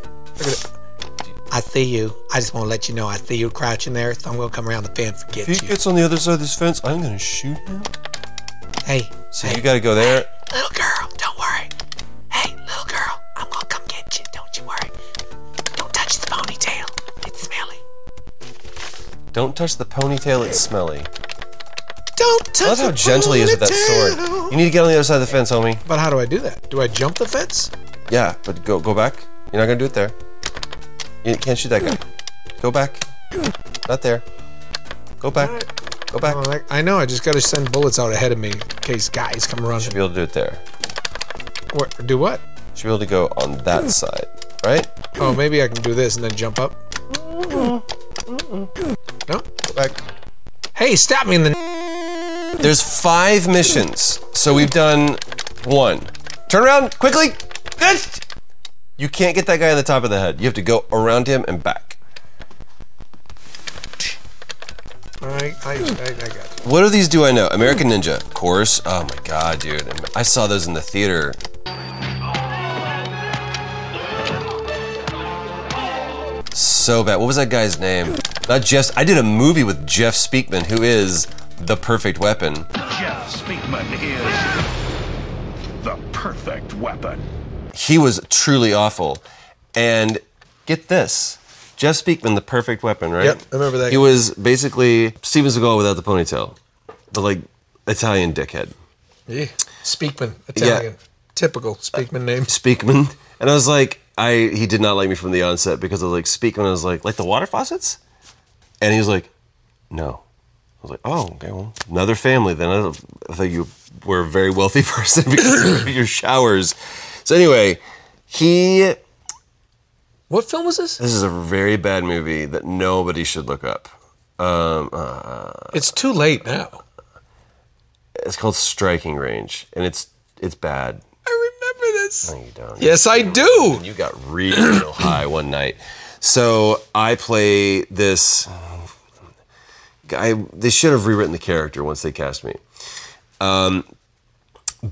Speaker 9: I see you. I just want to let you know I see you crouching there, so I'm going to come around the fence and get
Speaker 2: If he gets on the other side of this fence, I'm gonna shoot him.
Speaker 9: Hey,
Speaker 2: So you gotta go there.
Speaker 9: little girl, don't worry. Hey, little girl, I'm going to come get you. Don't you worry. Don't touch the ponytail. It's smelly.
Speaker 2: Don't touch the ponytail, it's smelly.
Speaker 5: Don't touch.
Speaker 2: I love how
Speaker 5: the
Speaker 2: gentle he is with that sword. You need to get on the other side of the fence, homie.
Speaker 5: But how do I do that? Do I jump the fence?
Speaker 2: Yeah, but go go back. You're not gonna do it there. You can't shoot that guy. Go back. Not there. Go back. Go back.
Speaker 5: Oh, I- I know. I just got to send bullets out ahead of me in case guys come running.
Speaker 2: Should be able to do it there.
Speaker 5: Or do what?
Speaker 2: Should be able to go on that side, right?
Speaker 5: Oh, maybe I can do this and then jump up.
Speaker 2: Mm-hmm.
Speaker 5: No.
Speaker 2: Go back.
Speaker 5: Hey, stab me in the.
Speaker 2: There's five missions, so we've done one. Turn around quickly. Yes! You can't get that guy on the top of the head. You have to go around him and back.
Speaker 5: I, I, I, I got it.
Speaker 2: What do these do I know? American Ninja, of course. Oh my god, dude. I saw those in the theater. So bad. What was that guy's name? Not Jeff. I did a movie with Jeff Speakman, who is the perfect weapon.
Speaker 7: Jeff Speakman is the perfect weapon.
Speaker 2: He was truly awful. And get this Jeff Speakman, the perfect weapon, right?
Speaker 5: Yep, I remember that
Speaker 2: He
Speaker 5: guy.
Speaker 2: was basically Steven Seagal without the ponytail, the like Italian dickhead.
Speaker 5: Yeah. Speakman, Italian. Typical Speakman name.
Speaker 2: Speakman, [laughs] and I was like, I he did not like me from the onset because I was like Speakman. I was like, like the water faucets, and he was like, no. I was like, oh, okay, well, another family. Then I, I thought you were a very wealthy [laughs] person because of your showers. So anyway, he.
Speaker 5: What film was this?
Speaker 2: This is a very bad movie that nobody should look up. Um, uh,
Speaker 5: It's too late now.
Speaker 2: it's called Striking Range, and it's it's bad.
Speaker 5: I remember this.
Speaker 2: You don't.
Speaker 5: Yes, I do.
Speaker 2: and you got real [clears throat] high one night. So I play this guy. They should have rewritten the character once they cast me. Um,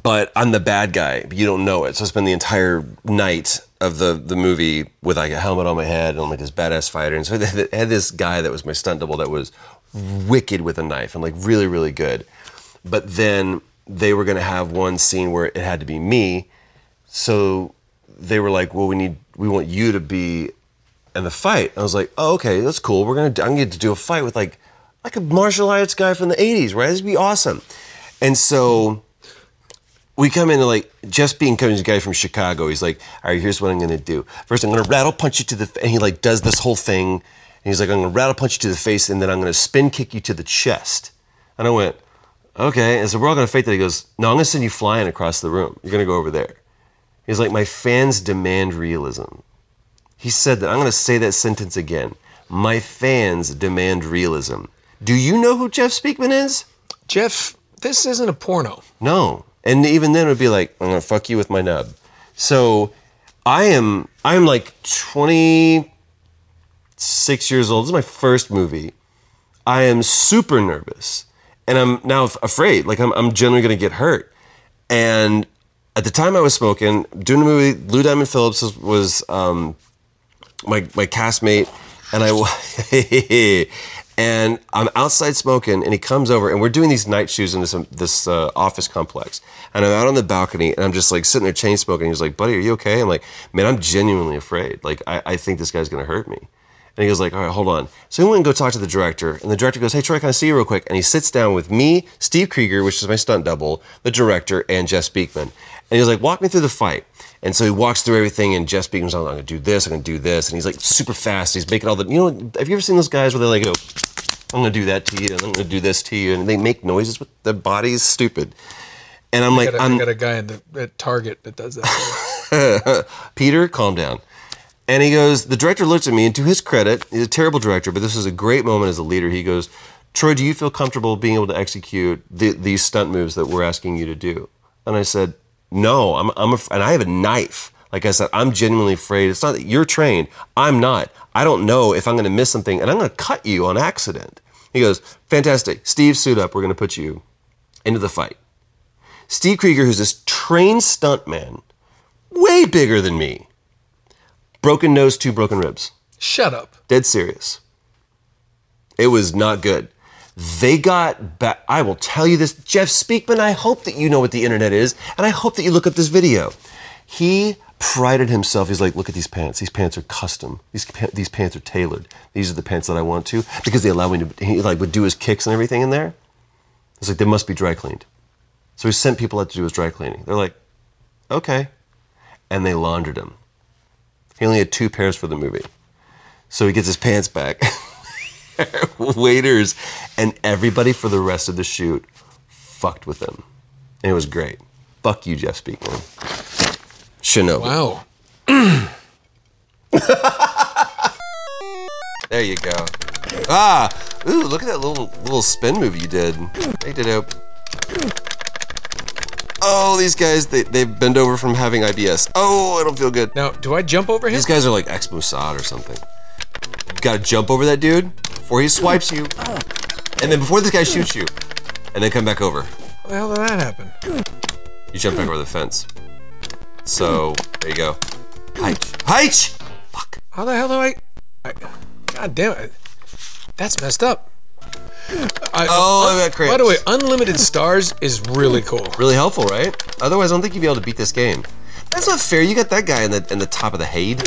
Speaker 2: but I'm the bad guy. but You don't know it. So I spend the entire night of the, the movie with like a helmet on my head and I'm like this badass fighter. And so [laughs] they they had this guy that was my stunt double that was wicked with a knife and like really, really good. But then they were going to have one scene where it had to be me. So they were like, "Well, we need, we want you to be in the fight." I was like, "Oh, okay, that's cool. We're gonna, I'm gonna get to do a fight with like, like a martial arts guy from the '80s, right? This would be awesome." And so we come in and like Jeff Bean comes, a guy from Chicago. He's like, "All right, here's what I'm gonna do. First, I'm gonna rattle punch you to the," f-" and he like does this whole thing, and he's like, "I'm gonna rattle punch you to the face, and then I'm gonna spin kick you to the chest." And I went, "Okay." And so we're all gonna fake that. He goes, "No, I'm gonna send you flying across the room. You're gonna go over there." He's like, my fans demand realism. He said that. I'm going to say that sentence again. My fans demand realism. Do you know who Jeff Speakman is?
Speaker 5: Jeff, this isn't a porno.
Speaker 2: No. And even then, it would be like, I'm going to fuck you with my nub. So I am, I am like 26 years old. This is my first movie. I am super nervous. And I'm now af- afraid. Like, I'm, I'm generally going to get hurt. And at the time I was smoking, doing a movie, Lou Diamond Phillips was, was um, my my castmate, and I wa- [laughs] and I'm outside smoking, and he comes over, and we're doing these night shoes in this um, this uh, office complex, and I'm out on the balcony, and I'm just like sitting there chain smoking. He's like, "Buddy, are you okay?" I'm like, "Man, I'm genuinely afraid. Like, I, I think this guy's gonna hurt me." And he goes like, all right, hold on. So he went and go talk to the director, and the director goes, hey Troy, can I see you real quick? And he sits down with me, Steve Krieger, which is my stunt double, the director, and Jeff Speakman. And he was like, walk me through the fight. And so he walks through everything, and Jeff Speakman's like, I'm gonna do this, I'm gonna do this, and he's like super fast. He's making all the, you know, have you ever seen those guys where they like go, I'm gonna do that to you, and I'm gonna do this to you, and they make noises with their bodies, stupid. And I'm
Speaker 5: I
Speaker 2: like,
Speaker 5: got a, I
Speaker 2: I'm,
Speaker 5: got a guy in the, at Target that does that.
Speaker 2: Peter, calm down. And he goes, the director looks at me, and to his credit, he's a terrible director, but this is a great moment as a leader. He goes, Troy, do you feel comfortable being able to execute the, these stunt moves that we're asking you to do? And I said, No, I'm, I'm, af- and I have a knife. Like I said, I'm genuinely afraid. It's not that you're trained. I'm not. I don't know if I'm going to miss something, and I'm going to cut you on accident. He goes, Fantastic. Steve, suit up. We're going to put you into the fight. Steve Krieger, who's this trained stuntman, way bigger than me. Broken nose, two broken ribs.
Speaker 5: Shut up.
Speaker 2: Dead serious. It was not good. They got back. I will tell you this, Jeff Speakman. I hope that you know what the internet is, and I hope that you look up this video. He prided himself. He's like, look at these pants. These pants are custom. These pa- these pants are tailored. These are the pants that I want to because they allow me to. He like would do his kicks and everything in there. It's like they must be dry cleaned. So he sent people out to do his dry cleaning. They're like, okay, and they laundered him. He only had two pairs for the movie. So he gets his pants back. [laughs] Waiters and everybody for the rest of the shoot fucked with him. And it was great. Fuck you, Jeff Speakman. Shinobi.
Speaker 5: Wow.
Speaker 2: There you go. Ah, ooh, look at that little little spin move you did. They did a. Oh, these guys, they, they bend over from having IBS. Oh, I don't feel good.
Speaker 5: Now, do I jump over him?
Speaker 2: These guys are like ex Mossad or something. Gotta jump over that dude before he swipes you. And then before this guy shoots you. And then come back over.
Speaker 5: How the hell did that happen?
Speaker 2: You jump back over the fence. So, there you go. Heich. Heich! Fuck.
Speaker 5: How the hell do I? I God damn it! That's messed up. I,
Speaker 2: Oh, I got cramps.
Speaker 5: By the way, unlimited stars is really cool.
Speaker 2: Really helpful, right? Otherwise, I don't think you'd be able to beat this game. That's not fair. You got that guy in the in the top of the hade.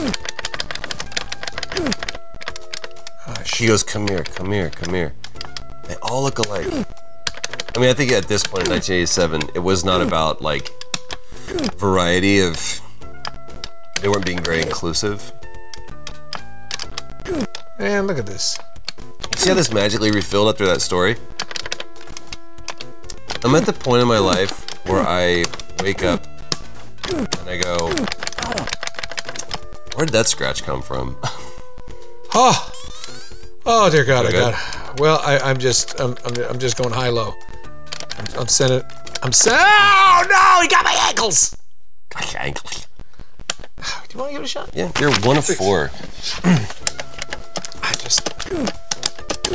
Speaker 2: She goes, "Come here, come here, come here." They all look alike. I mean, I think at this point in 1987, it was not about like variety of. They weren't being very inclusive.
Speaker 5: Man, look at this.
Speaker 2: See how this magically refilled after that story? I'm at the point in my life where I wake up and I go, Where did that scratch come from? [laughs]
Speaker 5: Oh, oh dear God, I
Speaker 2: Okay.
Speaker 5: got. Well, I, I'm just, I'm, I'm, I'm just going high low. I'm, I'm sending, I'm sending. Oh no, he got my ankles. Do you want to give it a shot?
Speaker 2: yeah, you're one of four.
Speaker 5: I just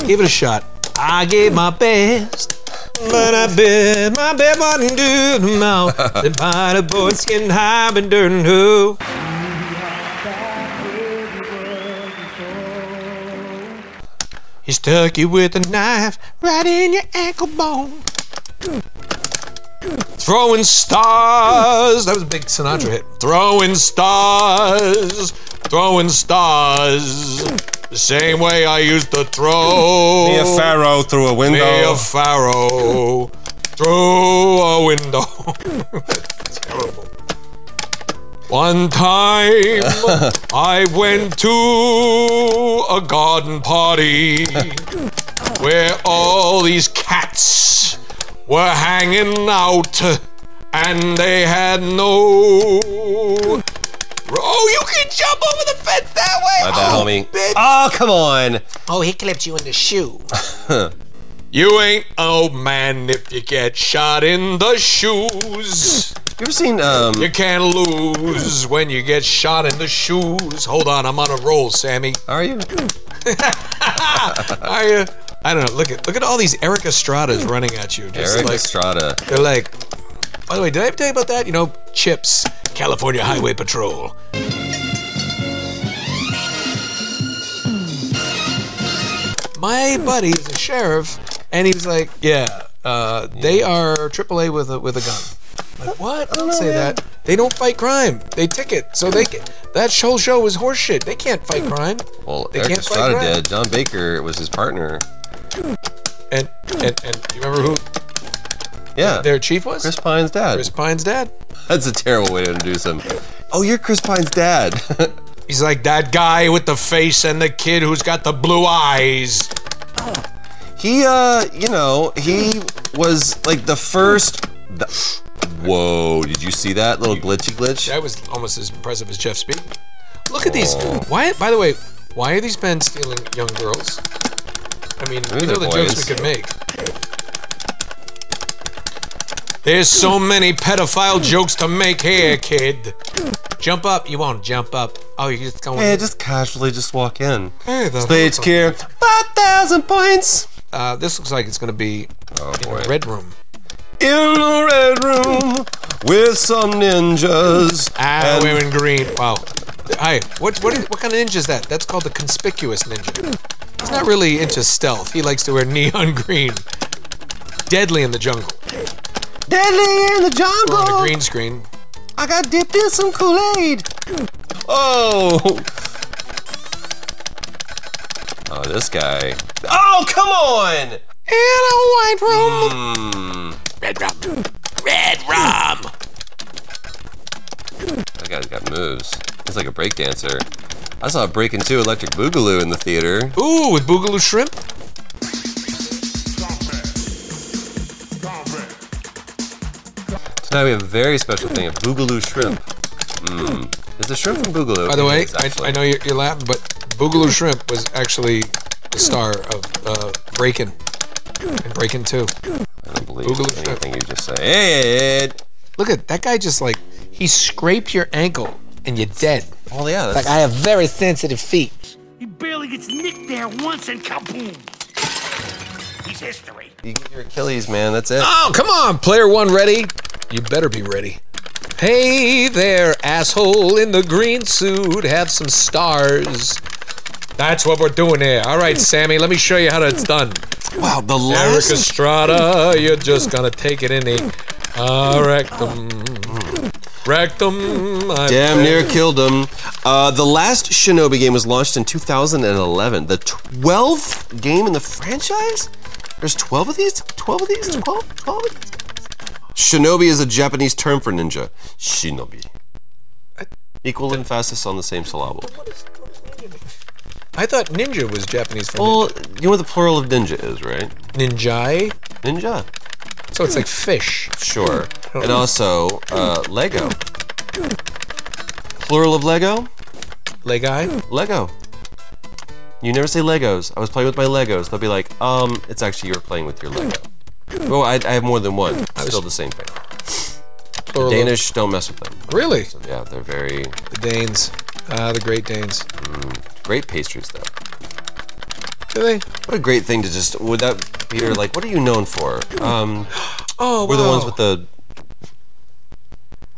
Speaker 5: give it a shot. I gave my best, but I bet my best wasn't good enough. The body boy skin high been dirty who. He stuck you with a knife right in your ankle bone. Throwing stars. That was a big Sinatra hit. Throwing stars. Throwing stars. The same way I used to throw.
Speaker 11: Be a pharaoh through a
Speaker 5: Be
Speaker 11: window.
Speaker 5: a pharaoh. Through a window. [laughs] Terrible. One time I went to a garden party where all these cats were hanging out and they had no. Oh, you can jump over the fence that way!
Speaker 2: My bad,
Speaker 5: oh,
Speaker 2: homie.
Speaker 5: bitch.
Speaker 2: Oh, come on.
Speaker 9: Oh, he clipped you in the shoe.
Speaker 5: You ain't no man if you get shot in the shoes.
Speaker 2: You ever seen, um,
Speaker 5: You can't lose when you get shot in the shoes. Hold on, I'm on a roll, Sammy.
Speaker 2: are you?
Speaker 5: [laughs] Are you? I don't know. Look at look at all these Eric Estradas running at you. Just
Speaker 2: Eric
Speaker 5: like
Speaker 2: Estrada.
Speaker 5: they're like. By the way, did I ever tell you about that? You know, Chips, California Highway Patrol. My buddy is a sheriff, and he was like, "Yeah, uh, they are AAA with a with a gun." Like what? Don't say that. They don't fight crime. They ticket. So they ca- that whole show was horseshit. They can't fight crime.
Speaker 2: Well,
Speaker 5: They
Speaker 2: Eric
Speaker 5: can't fight
Speaker 2: Estrada
Speaker 5: crime.
Speaker 2: did. John Baker was his partner.
Speaker 5: And and and you remember who
Speaker 2: Yeah.
Speaker 5: their chief was?
Speaker 2: Chris Pine's dad.
Speaker 5: Chris Pine's dad.
Speaker 2: [laughs] That's a terrible way to introduce him. Oh, you're Chris Pine's dad. [laughs]
Speaker 5: He's like that guy with the face and the kid who's got the blue eyes.
Speaker 2: He, uh, you know, he was like the first. The, whoa! Did you see that little glitchy glitch?
Speaker 5: That was almost as impressive as Jeff Speak. Look at these. Why? By the way, why are these men stealing young girls? I mean, we
Speaker 2: Ooh,
Speaker 5: know
Speaker 2: they're
Speaker 5: the
Speaker 2: boys.
Speaker 5: jokes we could make. There's so many pedophile jokes to make here, kid. Jump up. You won't jump up. Oh, you're just going.
Speaker 2: Hey, just casually, just walk in.
Speaker 5: Hey, the-
Speaker 2: Stage care, five thousand points
Speaker 5: Uh, this looks like it's going to be
Speaker 2: Oh,
Speaker 5: in
Speaker 2: boy.
Speaker 5: a red room.
Speaker 2: in the red room with some ninjas.
Speaker 5: Ah,
Speaker 2: and-
Speaker 5: we're in green. Wow. Hi. What what is, what kind of ninja is that? That's called the conspicuous ninja. He's not really into stealth. He likes to wear [laughs] neon green. Deadly in the jungle.
Speaker 2: Deadly in the
Speaker 5: We're on a
Speaker 2: jungle.
Speaker 5: green screen.
Speaker 2: I got dipped in some Kool Aid. Oh. Oh, this guy. Oh, come on!
Speaker 5: In a white
Speaker 2: Hmm.
Speaker 5: room.
Speaker 9: Red rum. Red rum.
Speaker 2: That guy's got moves. He's like a breakdancer. I saw Breaking Two Electric Boogaloo in the theater.
Speaker 5: Ooh, with Boogaloo Shrimp?
Speaker 2: Tonight we have a very special thing: a Boogaloo shrimp. Mm. It's a shrimp from Boogaloo.
Speaker 5: By the
Speaker 2: It
Speaker 5: way,
Speaker 2: is,
Speaker 5: I,
Speaker 2: actually.
Speaker 5: I know you're, you're laughing, but Boogaloo Shrimp was actually the star of uh, Breakin' and Breakin' 2.
Speaker 2: I don't believe
Speaker 5: Boogaloo
Speaker 2: anything you just said. Ed.
Speaker 5: Look at that guy just like, he scraped your ankle and you're dead.
Speaker 2: Oh yeah, that's,
Speaker 5: I have very sensitive feet.
Speaker 7: He barely gets nicked there once and kaboom! He's history.
Speaker 2: you get your Achilles, man. That's it.
Speaker 5: Oh, come on, player one ready? You better be ready. Hey there, asshole in the green suit. Have some stars. That's what we're doing here. All right, Sammy, let me show you how that's done.
Speaker 2: Wow, the
Speaker 5: Eric Estrada, you're just gonna take it in the uh, rectum. Rectum. I
Speaker 2: Damn near killed him. Uh, the last Shinobi game was launched in 2011. The 12th game in the franchise? There's 12 of these? 12 of these? 12? 12 of these? Shinobi is a Japanese term for ninja. Shinobi. Equal emphasis on the same syllable.
Speaker 5: I thought ninja was Japanese for
Speaker 2: Well, you know what the plural of ninja is, right?
Speaker 5: ninjai,
Speaker 2: Ninja.
Speaker 5: so it's like fish.
Speaker 2: Sure. And also, uh, Lego. Plural of Lego?
Speaker 5: Legai.
Speaker 2: Lego. You never say Legos. I was playing with my Legos. They'll be like, um, it's actually you were playing with your Lego. Well, I, I have more than one. It's still the same thing.
Speaker 5: plural of-
Speaker 2: Danish, don't mess with them.
Speaker 5: Really?
Speaker 2: Yeah, they're very
Speaker 5: The Danes. Ah, the Great Danes.
Speaker 2: great pastries, though.
Speaker 5: Do they?
Speaker 2: What a great thing to just would that Peter like? What are you known for? Um,
Speaker 5: Oh,
Speaker 2: we're the ones
Speaker 5: wow.
Speaker 2: with the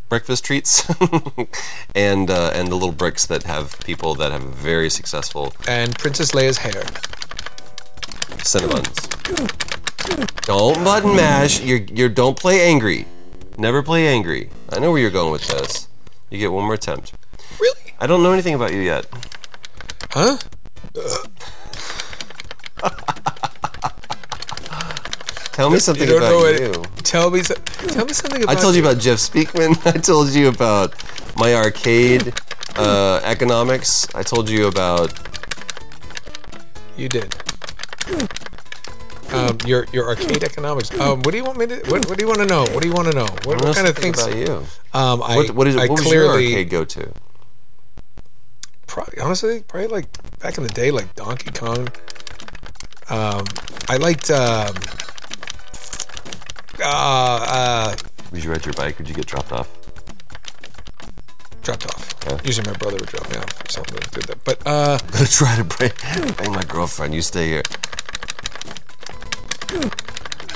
Speaker 2: breakfast treats [laughs] and uh, and the little bricks that have people that have very successful
Speaker 5: and Princess Leia's hair.
Speaker 2: cinnamons. Don't button mash. You're you're don't play angry. Never play angry. I know where you're going with this. You get one more attempt.
Speaker 5: Really?
Speaker 2: I don't know anything about you yet.
Speaker 5: Huh?
Speaker 2: Tell me something
Speaker 5: don't
Speaker 2: about
Speaker 5: know
Speaker 2: you.
Speaker 5: any- Tell me, so- tell me something
Speaker 2: I
Speaker 5: about.
Speaker 2: told you about Jeff Speakman. [laughs] I told you about my arcade uh, economics. I told you about
Speaker 5: You did. Um, your your arcade economics. Um, what do you want me to? What, what do you want to know? What do you want to know? What, what
Speaker 2: what
Speaker 5: kind of things?
Speaker 2: about you.
Speaker 5: Um, I
Speaker 2: What, what is
Speaker 5: I
Speaker 2: what was your
Speaker 5: clearly
Speaker 2: arcade go to?
Speaker 5: probably honestly probably like back in the day like Donkey Kong. Um, I liked. Um, uh, uh,
Speaker 2: Did you ride your bike? Did you get dropped off? [laughs]
Speaker 5: dropped off.
Speaker 2: Okay.
Speaker 5: Usually my brother would drop me off or something. like that. But uh,
Speaker 2: I'm gonna try to bring, bring my girlfriend. You stay here.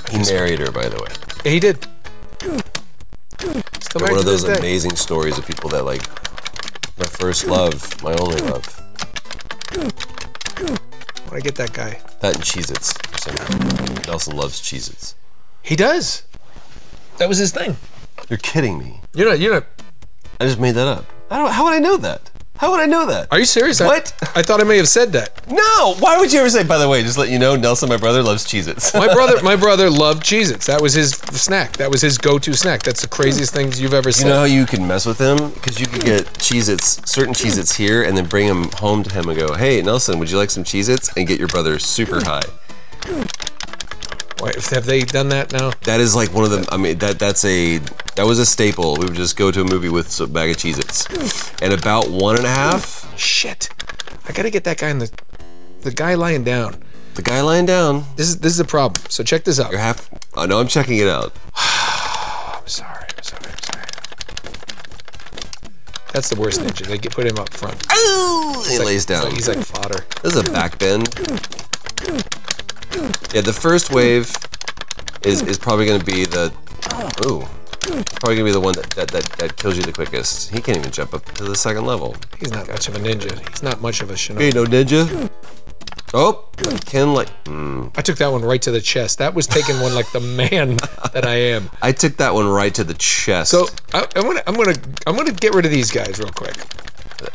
Speaker 2: He married her, by the way.
Speaker 5: he did. Still
Speaker 2: One
Speaker 5: married
Speaker 2: of
Speaker 5: to
Speaker 2: those
Speaker 5: this day.
Speaker 2: amazing stories of people that like my first love, my only love.
Speaker 5: I get that guy.
Speaker 2: That and Cheez Its somehow. Nelson loves Cheez Its.
Speaker 5: He does. That was his thing.
Speaker 2: You're kidding me.
Speaker 5: You're not. You're not.
Speaker 2: I just made that up. I don't, how would I know that? How would I know that?
Speaker 5: Are you serious? I-
Speaker 2: What?
Speaker 5: I, thought I may have said that.
Speaker 2: No! Why would you ever say, by the way, just let you know, Nelson, my brother, loves Cheez Its?
Speaker 5: My brother. my brother loved Cheez-Its. That was his snack. That was his go-to snack. That's the craziest things you've
Speaker 2: [laughs]
Speaker 5: ever
Speaker 2: You
Speaker 5: seen.
Speaker 2: know how you can mess with him? Because you could get Cheez Its, certain Cheez Its here, and then bring them home to him and go, hey, Nelson, would you like some Cheez Its? And get your brother super high.
Speaker 5: Why- have they done that now?
Speaker 2: That is like one of the, I mean, that that's a, that was a staple. We would just go to a movie with a bag of Cheez Its. And about one and a half,
Speaker 5: Shit. I gotta get that guy in the. The guy lying down.
Speaker 2: the guy lying down,
Speaker 5: This is this is the problem. So check this out.
Speaker 2: you're half, oh no, I'm checking it out.
Speaker 5: I'm sorry. I'm sorry. I'm sorry. That's the worst ninja. They get put him up front.
Speaker 2: Oh! He lays
Speaker 5: He's
Speaker 2: down.
Speaker 5: like, he's like fodder.
Speaker 2: This is a back bend. Yeah, the first wave is is probably gonna be the ooh. Probably gonna be the one that, that, that, that kills you the quickest. He can't even jump up to the second level.
Speaker 5: He's not much of a ninja. He's not much of a shinobi.
Speaker 2: Hey, no ninja. Oh, Ken, like
Speaker 5: I took that one right to the chest. That was taking one like the man that I am.
Speaker 2: I took that one right to the chest.
Speaker 5: So I, I'm gonna I'm gonna I'm gonna get rid of these guys real quick,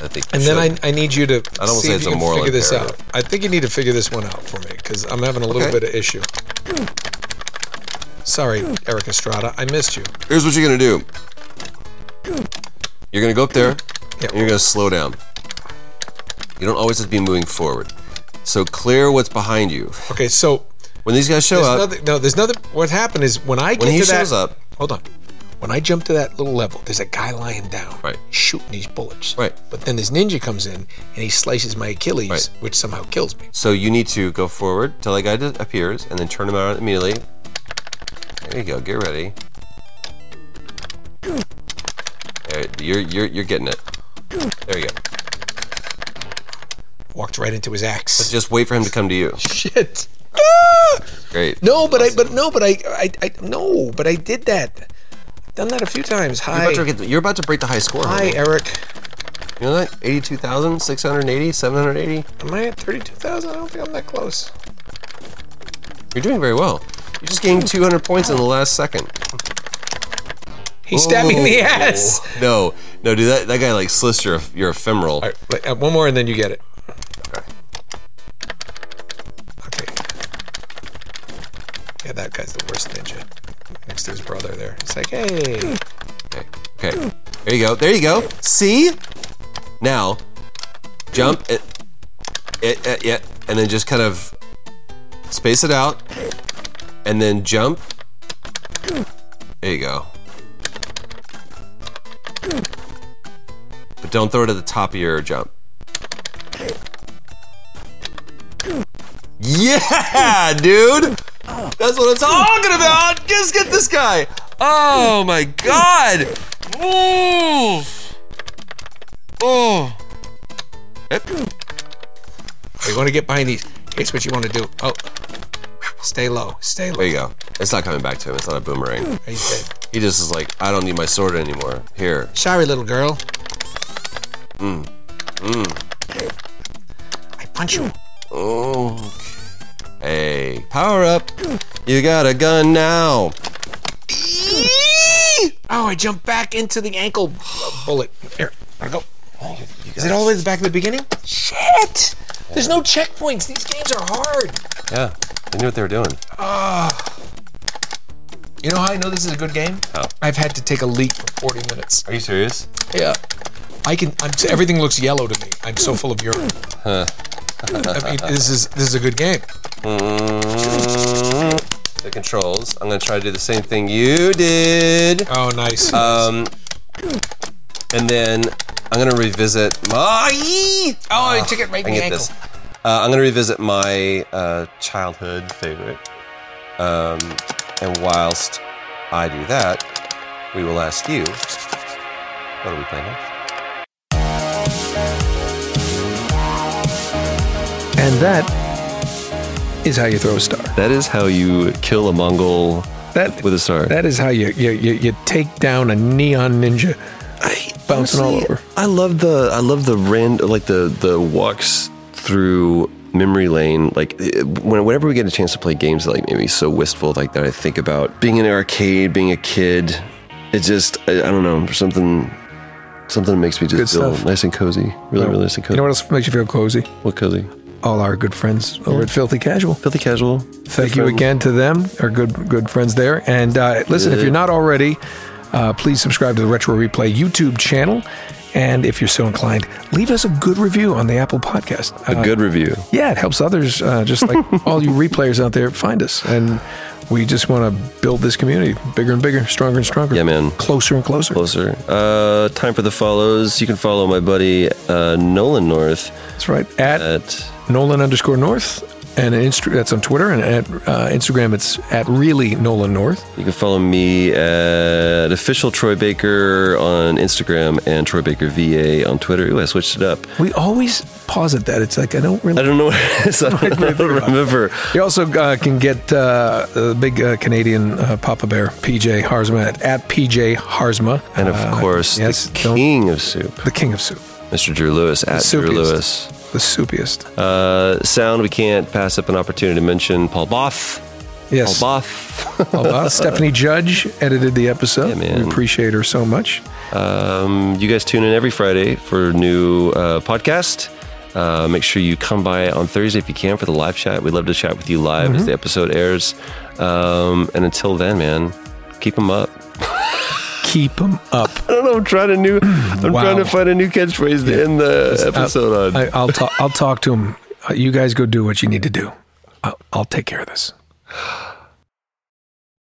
Speaker 2: I think.
Speaker 5: and then I, I need you to
Speaker 2: I don't wanna
Speaker 5: see
Speaker 2: say
Speaker 5: if
Speaker 2: it's
Speaker 5: you
Speaker 2: a
Speaker 5: can
Speaker 2: moral
Speaker 5: figure this out.
Speaker 2: imperative.
Speaker 5: I think you need to figure this one out for me because I'm having a little
Speaker 2: Okay.
Speaker 5: bit of issue. Sorry, Eric Estrada, I missed you.
Speaker 2: Here's what you're gonna do. You're gonna go up there.
Speaker 5: Yeah.
Speaker 2: And you're gonna slow down. You don't always have to be moving forward. So clear what's behind you.
Speaker 5: Okay, so
Speaker 2: when these guys show
Speaker 5: there's
Speaker 2: up,
Speaker 5: nothing, no, there's nothing. What happened is when I get
Speaker 2: when he
Speaker 5: to that,
Speaker 2: shows up,
Speaker 5: hold on. When I jump to that little level, there's a guy lying down,
Speaker 2: Right.
Speaker 5: shooting these bullets,
Speaker 2: Right.
Speaker 5: But then this ninja comes in and he slices my Achilles,
Speaker 2: Right.
Speaker 5: which somehow kills me.
Speaker 2: so you need to go forward till that guy dis- appears, and then turn him around immediately. There you go. Get ready. There, you're you're you're getting it. There you go.
Speaker 5: Walked right into his axe.
Speaker 2: Just wait for him to come to you.
Speaker 5: [laughs] Shit. Ah!
Speaker 2: Great.
Speaker 5: No, but I, but no, but I, I, I, no, but I did that. I've done that a few times.
Speaker 2: You're
Speaker 5: Hi,
Speaker 2: about, to get the- you're about to break the high score.
Speaker 5: hi,
Speaker 2: homie.
Speaker 5: Eric.
Speaker 2: You know that? 82,000, 680, 780.
Speaker 5: Am I at thirty-two thousand? I don't think I'm that close.
Speaker 2: You're doing very well. You just gained 200 points in the last second.
Speaker 5: He stabbed me in the
Speaker 2: Ooh.
Speaker 5: ass.
Speaker 2: No, no, dude, that, that guy like slits your, your ephemeral.
Speaker 5: All right, like, uh, one more and then you get it. Okay. Yeah, that guy's the worst ninja. Next to his brother there. It's like, hey.
Speaker 2: Okay. okay. There you go. There you go. See? Now, jump it, it, it, it, and then just kind of space it out, and then jump. There you go. But don't throw it at the top of your jump. Yeah, dude. That's what I'm talking about. Just get this guy. Oh my god. Ooh. Oh.
Speaker 5: We want to Oh, get behind these. Here's what you want to do. Oh. Stay low. Stay low.
Speaker 2: There you go. It's not coming back to him. It's not a boomerang.
Speaker 5: He's dead.
Speaker 2: He just is like, I don't need my sword anymore. Here.
Speaker 5: Sorry, little girl. Mm.
Speaker 2: Mm.
Speaker 5: Mm. I punch you.
Speaker 2: Oh. Hey, power up. You got a gun now.
Speaker 5: Oh, I jumped back into the ankle bullet. Here, I go. Is it all the way to the back of the beginning? Shit! There's no checkpoints. These games are hard.
Speaker 2: Yeah, they knew what they were doing.
Speaker 5: You know how I know this is a good game?
Speaker 2: Oh.
Speaker 5: I've had to take a leak for 40 minutes.
Speaker 2: Are you serious?
Speaker 5: Yeah. I can. I'm, everything looks yellow to me. I'm so full of urine. I mean, this is this is a good game.
Speaker 2: Mm-hmm. The controls. I'm gonna try to do the same thing you did.
Speaker 5: Oh, nice.
Speaker 2: Um, and then I'm gonna revisit my. Ah,
Speaker 5: oh, I took it right
Speaker 2: I
Speaker 5: in the
Speaker 2: get
Speaker 5: ankle.
Speaker 2: this. Uh, I'm gonna revisit my uh, childhood favorite. Um, and whilst I do that, we will ask you, what are we playing next?
Speaker 1: And that is how you throw a star.
Speaker 2: That is how you kill a Mongol
Speaker 1: That
Speaker 2: with a star.
Speaker 1: that is how you you, you, you take down a neon ninja bouncing all
Speaker 2: Honestly,
Speaker 1: over.
Speaker 2: I love the I love the rand like the the walks through memory lane. Like it- when, whenever we get a chance to play games that like maybe so wistful like that, I think about being in an arcade, being a kid. It just I, I don't know something something that makes me just
Speaker 1: Good
Speaker 2: feel
Speaker 1: stuff.
Speaker 2: nice and cozy. Really, really nice and cozy.
Speaker 1: You know what else makes you feel cozy?
Speaker 2: What cozy?
Speaker 1: All our good friends over at Filthy Casual.
Speaker 2: Filthy casual.
Speaker 1: Thank you again to them, our good good friends there. And uh, listen, if you're not already, uh, please subscribe to the Retro Replay YouTube channel. And if you're so inclined, leave us a good review on the Apple Podcast.
Speaker 2: A
Speaker 1: Uh,
Speaker 2: good review.
Speaker 1: yeah, it helps others, uh, just
Speaker 2: [laughs]
Speaker 1: like all you replayers out there, find us. And we just want to build this community bigger and bigger, stronger and stronger.
Speaker 2: Yeah, man.
Speaker 1: Closer and closer.
Speaker 2: Closer. Uh, time for the follows. You can follow my buddy uh, Nolan North
Speaker 1: That's right. At
Speaker 2: at
Speaker 1: Nolan underscore North. And an Insta- that's on Twitter. And at uh, Instagram, it's at really Nolan North.
Speaker 2: You can follow me at official Troy Baker on Instagram and Troy Baker VA on Twitter. Ooh, I switched it up.
Speaker 1: We always pause at that. It's like, I don't really.
Speaker 2: I don't know what it is. [laughs] I don't,
Speaker 1: [laughs]
Speaker 2: I don't remember.
Speaker 1: You also uh, can get uh, the big uh, Canadian uh, Papa Bear, PJ Harzma, at, at PJ Harzma.
Speaker 2: And of
Speaker 1: Uh,
Speaker 2: course,
Speaker 1: yes,
Speaker 2: the
Speaker 1: don't-
Speaker 2: king of soup,
Speaker 1: the king of soup,
Speaker 2: Mr. Drew Lewis at Drew
Speaker 1: soupiest.
Speaker 2: Lewis.
Speaker 1: the soupiest.
Speaker 2: Uh, sound, we can't pass up an opportunity to mention Paul Boff.
Speaker 1: Yes.
Speaker 2: Paul Boff. [laughs]
Speaker 1: Well, Stephanie Judge edited the episode.
Speaker 2: Yeah, man.
Speaker 1: We appreciate her so much.
Speaker 2: Um, you guys tune in every Friday for new uh, podcast. Uh, make sure you come by on Thursday if you can for the live chat. We'd love to chat with you live
Speaker 1: Mm-hmm.
Speaker 2: as the episode airs. Um, and until then, man, keep them up.
Speaker 1: keep them up.
Speaker 2: I don't know. I'm trying a new. I'm
Speaker 1: Wow.
Speaker 2: trying to find a new catchphrase to end the episode on.
Speaker 1: I, I'll Uh, talk. I'll talk to him. Uh, You guys go do what you need to do. I'll, I'll take care of this.